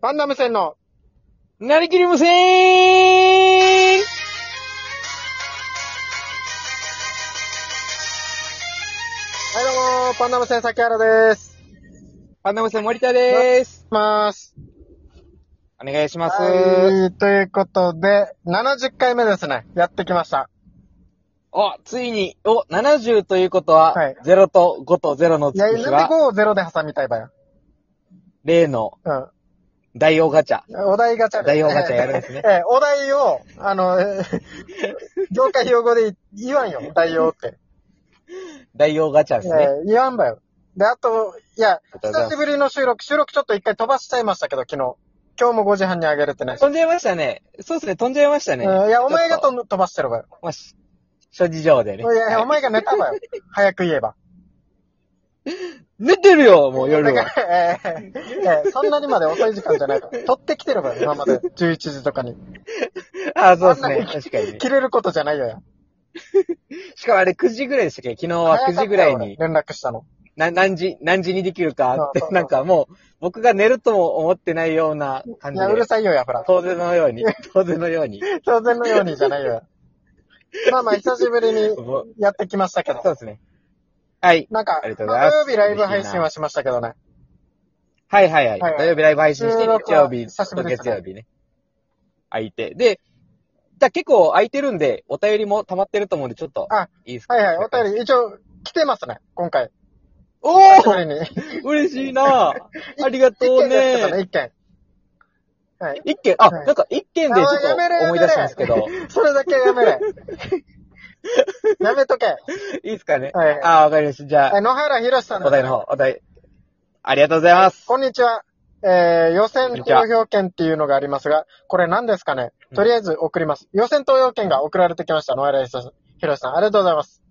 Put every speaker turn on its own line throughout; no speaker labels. パンダム戦の、
なりきり無線
はいどうも、パンダム戦崎原です。
パンダム線森田でーす。
います。
お願いします。
はい、ということで、70回目ですね。やってきました。
お、ついに、お、70ということは、
はい
0と5と0の
いや、
月日
なん
は
で、5を0で挟みたいばよ。
例の
うん。
大王ガチャ。
お題ガチャです
大王ガチャやるんです ね
ええ、お題を、あの、 えー業界用語で言わんよ、大王って。
大王ガチャですね。
ええ言わんばよ。で、あと、いや、
ありがとうございま
久
す
しぶりの収録、収録ちょっと一回飛ばしちゃいましたけど、昨日。今日も5時半にあげるってね。
飛んじゃいましたね。そうですね、飛んじゃいましたね。
うんいや、お前が
ちょっ
と飛ばしてるばよ。
と、まあ、し諸事情でね。
いやいや、お前が寝たばよ。早く言えば。
寝てるよ、もう夜
だ
は。
から、えーえーそんなにまで遅い時間じゃない から。取ってきてればよ、今まで。11時とかに。
あ、そうです
あんな
ね、
に
確かにね。
切れることじゃないよや。
しかもあれ9時ぐらいでしたっけ昨日は9時ぐらいに
早かったよ俺連絡したの。
な、何時、何時にできるかって
そうそうそ、う
なんかもう、僕が寝るとも思ってないようない感じ
や、うる
で、
さいよや、ほら。
当然のように、当然のように。
当然のようにじゃないよや。 まあまあ、久しぶりに
もう
やってきましたけど
そ。うですね。はい。
なんか、
ありが
土
とうございます
曜日ライブ配信はしましたけどね。
はいはいはい。
はいはい
土曜日ライブ配信して、
収録
日
は
曜日
久しぶ
と
りです
月
ね
曜日ね。空いて。で、だ結構空いてるんで、お便りも溜まってると思うんで、ちょっと
あ、
いいですか
はいはい、お
り。
便り、一応、来てますね、今回。
お
久しぶりに。
ー嬉しいなありがと
一
う
件ですけど
ね
ね、一件。はい。
一件、あ、
はい
なんか一件でちょっと
あやめろやめろ
思い出したんですけ ど、
それだけや めれ。やめとけ。
いいですかね。
はいはい
あ、わかりました。じゃあ、
え野原ひろしさんで
お
すね
題の方、お題。ありがとうございます。
こんにちは。えー、予選投票券っていうのがありますが、これ何ですかね
うん
とりあえず送ります。予選投票券が送られてきました。野原ひろしさん、ありがとうございます。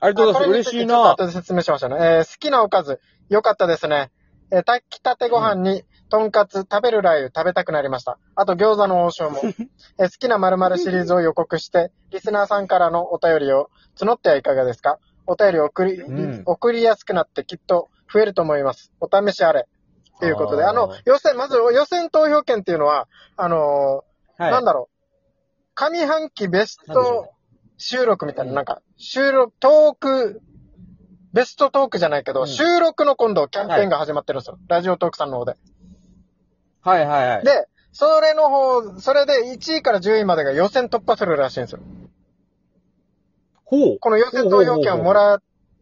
あり
あこれにつてちょっと後で説明しましょうね。えー、好きなおかず、良かったですね。えー、炊きたてご飯に、とんかつ、食べるラー油食べたくなりました。あと餃子の王将 も。えー、好きな〇〇シリーズを予告して、リスナーさんからのお便りを募ってはいかがですかお便りを送り、
うん
送りやすくなってきっと増えると思います。お試しあれ。ということで、
あー
あの、予選、まず予選投票券っていうのは、あのー
はい。
なんだろう。上半期ベス
なんでしょう
ト
ね
収録みたいな、
うん
なんか、収録、トーク、ベストトークじゃないけど、
うん
収録の今度キャンペーンが始まってるんですよ。ラジオトークさんの方で。
はいはいはい。
で、それの方、それで1位から10位までが予選突破するらしいんですよ。
ほう。
この予選投票権をもら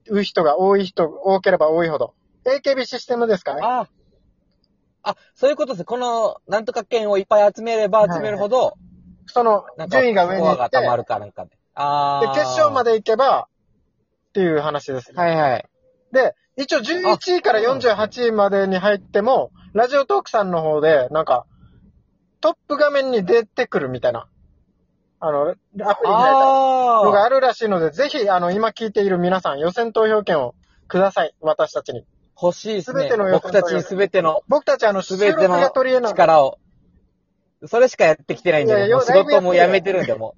う人が多い人、多ければ多いほど。AKB システムですかね。
ああ。そういうことです。この、なんとか券をいっぱい集めれば集めるほど、
その
なん、か、
順位が上に
コ
行
ア
っ
が
て、
溜ま
で、
るかなんかで。ああ。
決勝ま
で。
で行けば、っていう話ですね。
はいはい。
で、一応11位から48位までに入っても、ラジオトークさんの方で、なんか、トップ画面に出てくるみたいな、あの、アプリみたいな
あ
のが
あ。
あるらしいので、ぜひ、あの、今聞いている皆さん、予選投票権をください。私たちに。
欲しいです
全
ね
ての。予選
僕たちにすべての、
僕たち、あの、収
すべ
録
て
が
の
取り柄なので、
力を。それしかやってきてないんで、
いやい
ね、
や
もう仕
ライブやって
事
る
もやめてるんで、も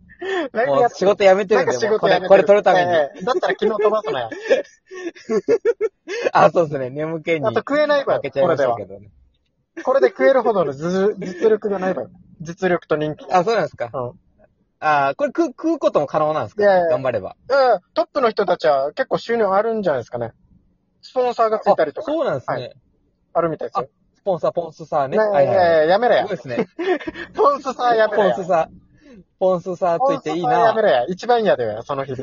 ライ
う。
ブ
も
や
う
って
仕事やめて
な
る
ん
ん
か
で、
仕
もう
事
こ
や
れ、
めて
これ取るために。
ええだったら昨日飛ばすなよ。
あ、そうですね。眠気 に。
あと食えないわよ
負けちゃいましたけどね。
これで食えるほどの実実力がないわよ。実力と人気。
あ、そうなんですか。
うん
あーこれ食う、食うことも可能なんですか
いやいや
頑張れば。
うん、トップの人たちは結構収入あるんじゃないですかね。スポンサーがついたりと
あ
か、
そうなんですね。
はあるみたいですよ。
スポンサー、ポンスサーね。
ね
はいはい。
えーやめろ
す
や
ごい。ですね。
スポンサーやめろ
ポン
や。
スサー。ポンスサーついていい
スポンサーやめろ
な。
や。一番嫌だよ、その日。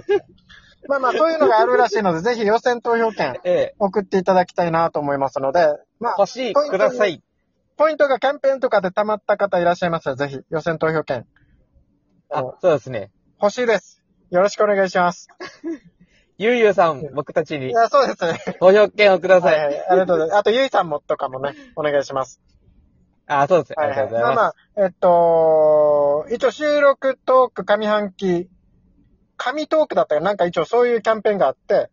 まあまあ、そういうのがあるらしいので、ぜひ予選投票券
ええ。
送っていただきたいなと思いますので、まあ、
欲しい、ください。
ポイントがキャンペーンとかで溜まった方いらっしゃいましたら、ぜひ予選投票券
あ、そうですね。
欲しいです。よろしくお願いします。
ゆうゆうさん、僕たち
い
に
や、そう ですね。
投票券をくだ
は
さ
い
い。
はい。ありがとうございます。あと、ゆいさんもとかもね、お願いします。
あ、そうですね。ありがとうござい
まあ
ま
まあ、えっと、一応収録トーク上半期、上トークだったらなんか一応そういうキャンペーンがあって、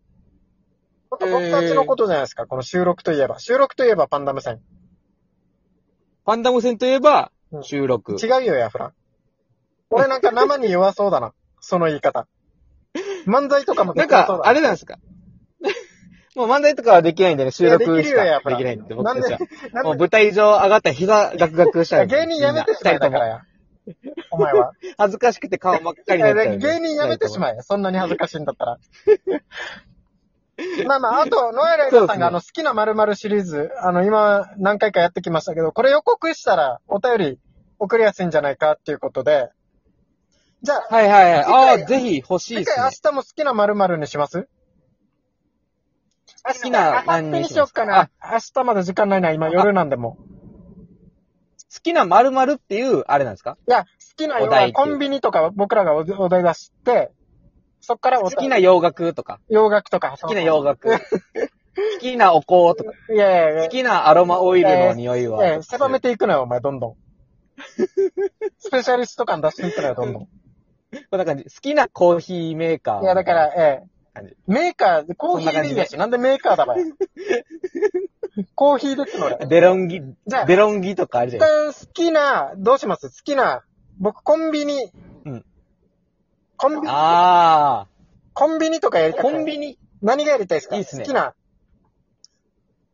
本当僕たちのことじゃないですか、この収録といえば。収録といえばパンダ無線。
す。パンダム戦といえば
う、ん
収録。
違うよ、ヤフラ。俺なんか生に弱そうだな。その言い方。漫才とかも
な
そ
ん
う
か、
だ
あれなんですか。もう漫才とかはできないんでね、収録
いやでき
し
るよや
か
っぱ
できないんで、
な
僕
ん
た
で
ちは。も
な
うん
で
舞台上上がったら膝ガクガクしたい。
芸人辞めてしまえだからや。お前は。
恥ずかしくて顔真っ赤に
い
な
や
っちゃう。
芸人辞めてしま
え。
え。そんなに恥ずかしいんだったら。 まあまあ、あと、ノエルエカ
そうで
さ
す
ん
ね
があの好きな〇〇シリーズ、あの今何回かやってきましたけど、これ予告したらお便り送りやすいんじゃないかっていうことで、じゃあ、
はいはいはい。ああー、
次
ぜひ欲しい
次
です
回
ね
明。日も好きな〇〇にします
好きな
あ
何
明日
に
に
します
しよっかな。明日まだ時間ないな、今夜なんでも。
好きな〇〇っていう、あれなんですか
いや、好きな
お題っていう
コンビニとか僕らがおお題出して、そっからお
好きな洋楽とか、
洋楽とか。
好きな 洋楽、好きなお香とか、
いやいやいや。
好きなアロマオイルの匂いは。
ええ狭めていくのよ、お前、どんどん。 スペシャリスト感出していくのよ、どんどん。
こんな感じ。好きなコーヒーメーカー。
いや、だから、、ええ
感じ
メーカー、コーヒーでいいやし、なんでメーカー だばい。コーヒーですの俺。
デロンギ
じゃあ、
デロンギとかあるじ
一
ゃない
旦好きな、どうします好きな、僕、コンビニ。
うん
コンビニ、
あ
コンビニとかやり
あ、
たく
コ
ない
ンビニ。
何がやりたいですか
いいっすね
好きな。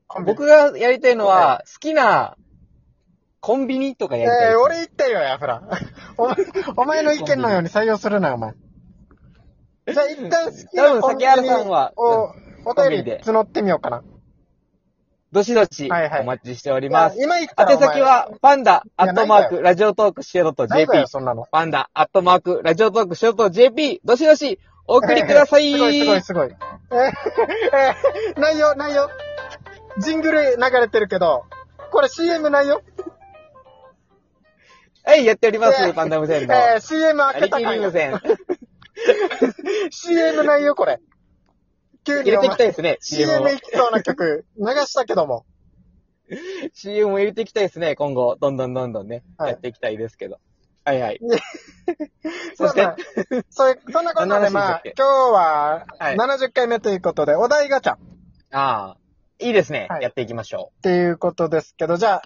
コンビニ。
僕がやりたいのは、好きな、コンビニとかやりた
え
いで
え
す。
俺言ったよ、ヤフラ。 お前、お前の意見のように採用するな、お前。じゃあ、一旦好き
多
な
分、
コンビ
竹
ニ
原さんは、
を、お
コンビ
便
ニ
り
で
募ってみようかな。
どしどし
はいはい
お待ちしております。
今言ったら
宛
お前
先、は、パンダ、ア
や
ットマ
ない
ー
んだ
ク、ラジオトークシエロと
ない
JP
だ。よ、そんなの。
パンダ、アットマーク、ラジオトークシエロと JP。どしどしお送りください。
すごい、すごい、すごい。えー内容、内容。ジングル流れてるけど、これ CM 内容
はい、やっておりま
え
す。
ー
パンダ無線の。
えー CM 開
リ
け
キ
た
リ
か
無
よ。
線。
CM 内容、これ。急
入
に
れ
お
ていきたい
前、
ですね、CM
CM
を
行。きそうな曲流したけども。
CM も入れていきたいですね、今後。どんどんどんどんね。
はい
やっていきたいですけど。はいはい。
そ
そし
う
て
だ、そういう、そんなこと
何
で、
の話でした
ま
っ
あ、
け
今日は、
はい
70回目ということで、お題ガチャっ
ああ、いいですね、
はい
やっていきましょ
ていうことですけど、じゃあ、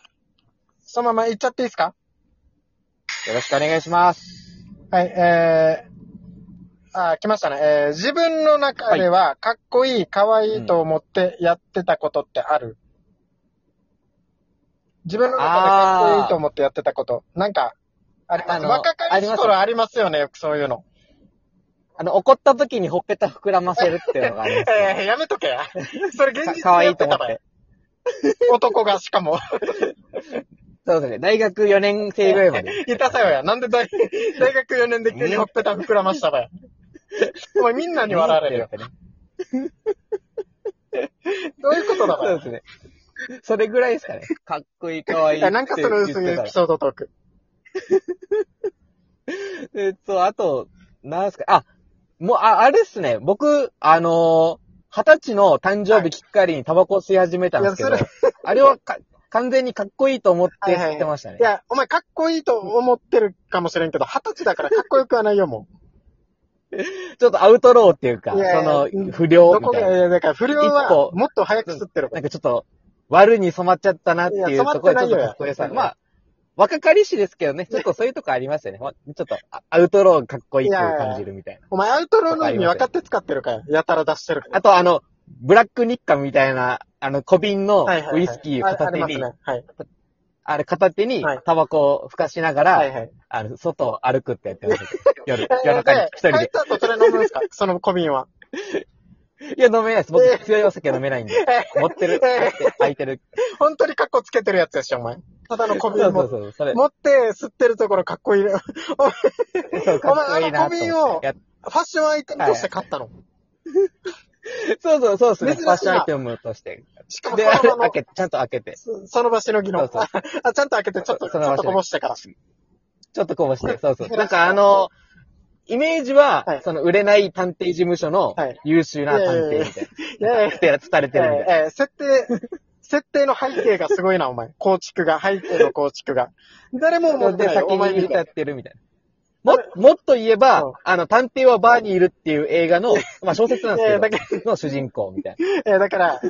そのままいっちゃっていいですか
う。よろしくお願いします。
はい、えー、あー、来ましたね。えー、自分の中では、かっこいい、かわいいと思ってやってたことってある、自分の中でかっこいいと思ってやってたこと。なんか、ありま
あ
す。
の
若
あ
か
り
りし
ます
頃ありますよね、よくそういうの。
あの、怒った時にほっぺた膨らませるっていうのがありま すね。
えー、やめとけや。それ現実
か
に
かわい
や
い
って
と思った
のよ
て。
男がしかも。
そうですね。大学4年生ぐらいまで。
いたさよや。なんで大大学4年で急にほっぺた膨らましたばや。お前みんなに笑われるよ。
ってやつね
どういうことだば
そう
や
ですね。それぐらいですかね。かっこいい、かわいいっ
い
て
や。
言
な
っ
ん
て
か
た
そ
ら。
の薄いエピソードトーク。
えっと、あと、なんすか、あ、もう、あ、あれっすね、僕、あのー、二十歳の誕生日きっかりにタバコ吸い始めたんですけど、
いやそ
あれはか完全にかっこいいと思って吸ってましたね。
いや、お前かっこいいと思ってるかもしれんけど、二十歳だからかっこよくはないよ、もう。
ちょっとアウトローっていうか、
いやいや
その、不良
ど
み
こ
たい
が、い
な。
や、だから不良
一個
はもっと早く吸ってる
なんかちょっと、悪に染まっちゃったなって
い
いう
や
ところで、ち
染まって
ょっ
ないよ
とかっこよさ。
いや
まあ、若かりしですけどね、ちょっとそういうとこありますよね。わちょっと、あアウトローかっこいいっていう感じるみたいな。
お前アウトローの意味分かって使ってるから、やたら出してるから。
あと、あの、ブラック日課みたいな、あの、小瓶の
はいはいは
ウ
い
イスキーを
あ
片
あり
手
ま
に
す、ね。はい。
あれ片手に
はい
タバコをふかしながら、
はいはい。
あの、外を歩くってやっ てました。夜、
え
夜
ー
中に
で、
一
帰
人
っ
で。
た後それ飲むんですかその小瓶は。
いや、飲めないです。
え
僕、
ー
強いお酒飲めないんで。持ってる、持
えー
って、空いてる。
本当にカッコつけてるやつやし、お前。ただの
そ
小
う
瓶
そ
も
うそう。それ、
持って吸ってるところかっこいいね。フ
そうかっこいい
お前あの小
なと
瓶
思っ
を
て。いや
ァッションアイテムとして買ったの。
そうそう、そうですね。
珍しい
ファ
な
ッションアイテムとして。
しかも
で、
その場
開
の
け、ちゃんと開けて。
そ、その場しのぎの。
そう
あ、ちゃんと開けて、ちょっと、ち
そ
ょ
の場
っ
しのぎ
とこぼしてから。
ちょっとこぼして。そうそ
珍
う。
しい
なんかあの、イメージは、
はい
その売れない探偵事務所の
はい
優秀な探偵みたい
いやいやい
な。ってやつされてるみたいな。
や、えー設定、設定の背景がすごいな、お前。構築が、背景の構築が。誰も思って
で、
ないよ、
先
お前
に
み
歌
た
っ
い
てるみたいな。も、もっと言えば、
うん
あの、探偵はバーにいるっていう映画の、まあ小説なん
な。
です
えーだ
け
から、
ど、の主人公みたい
えーだから、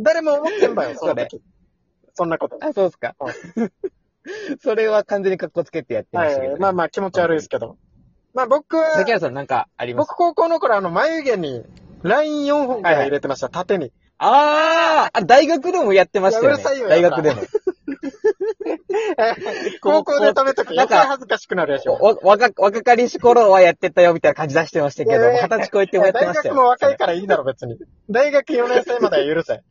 誰も思ってんばよ、その
そ
時。そんなこと。
な。あ、そうですか
は。
それは完全に格好つけてやってま
は
した
い
けど、ね。。
まあまあ気持ち悪いですけど。まあ僕は、
崎原さんなんかあります
僕高校の頃あの眉毛にライン4本から入れてました、縦に。
あーあ、大学でもやってましたよ
いやう
ね
るさい。よ
大学でも。
高校で止めとく。な
な
んん
か
か恥ずかしくなるでしょ。
わ若、若かりし頃はやってたよみたいな感じ出してましたけ
い
ど、
やい
二
や
十歳超えてもやってま
大
したよ。
学も若いからいいだろ、別に。大学4年生までは許 せ。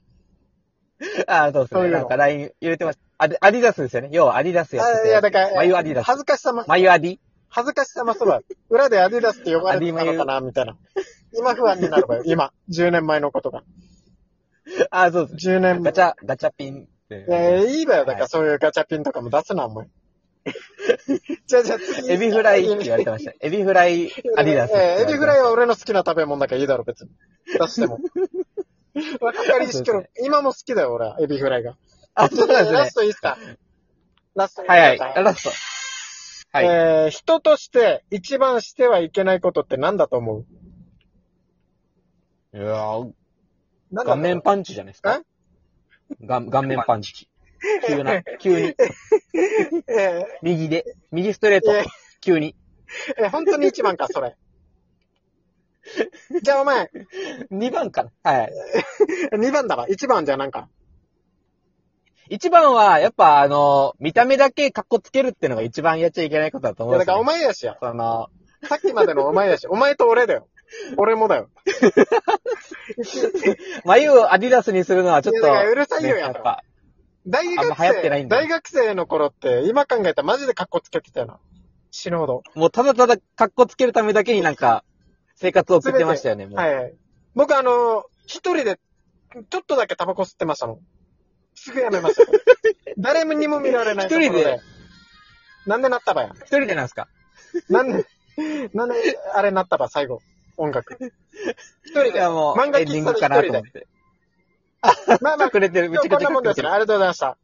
ああ、そうです
そうい
ね。
うの
なんか LINE 入れてました。アディアディダスですよね。要はアディダスやって
あ
て。
いや、だから、
眉アディダス。
恥ずかしさま、
眉アディ
恥ずかしさまそうだ。裏でアディダスって呼ばれてたのかな、みたいな。今不安になるわよ、今。10年前のことが。
ああ、そうです。
10年
ガ
前。
チャ、ガチャピンって。
えー、いいわよ、だか
は
らそういうガチャピンとかも出すな、お 前。じゃあじゃあ次。
エビフライって言われてました。エビフライアディダスって言われてまし
え
た。
ーエビフライは俺の好きな食べ物だからいいだろ、別に。出して も。若かりし
そう
頃
で、
今も好きだよ、俺は、エビフライが。
あ、そうなん
ラ
で
ス
す
トいいっすかラスト
ね。はいはい。ラスト。はい。
えー、人として一番してはいけないことって何だと思う
いやー
何だと
顔
思う
面パンチじゃないですか。が顔面パンチ。急な、急に、
え
右で、右ストレー
ー
ト、
え
急に。
ーえー本当に一番か、そ れ。じゃあお前、
2番かな。はい。
2番だわ。1番じゃなんか。
一番は、やっぱあの、見た目だけ格好つけるってのが一番やっちゃいけないことだと
い
思う
や
ん
だ
です
からお
よ。
前やしや。
その、
さっきまでのお前やし。お前と俺だよ。俺もだよ。
眉をアディダスにするのはちょっ
いやだから
と、
うるさいよ
ね
やっぱ
ぱ。
大
あん
学
ま流行ってない
生、
んだ
大学生の頃って、今考えたらマジで格好つけてたよな。死ぬほど。
もうただただ格好つけるためだけになんか、生活を送ってましたよね、もう。
はいはい。僕あの、一人で、ちょっとだけタバコ吸ってましたもん。すぐやめま した。誰にも見られないところで。
一人で
なんでなったばや。
一人でなんですか
なんで、なんで、あれなったば、最後。音楽。一人
い
で。
やもう、
漫画
エンディン
喫
グ
茶
か
で一人
なと思
で
っ。て。
まあまあ
隠、れてる、め
今
ち
日
ゃく
こん
ち
な
ゃ
も
隠
んで
れ
す
て
ね。あ。
る
りがとうございました。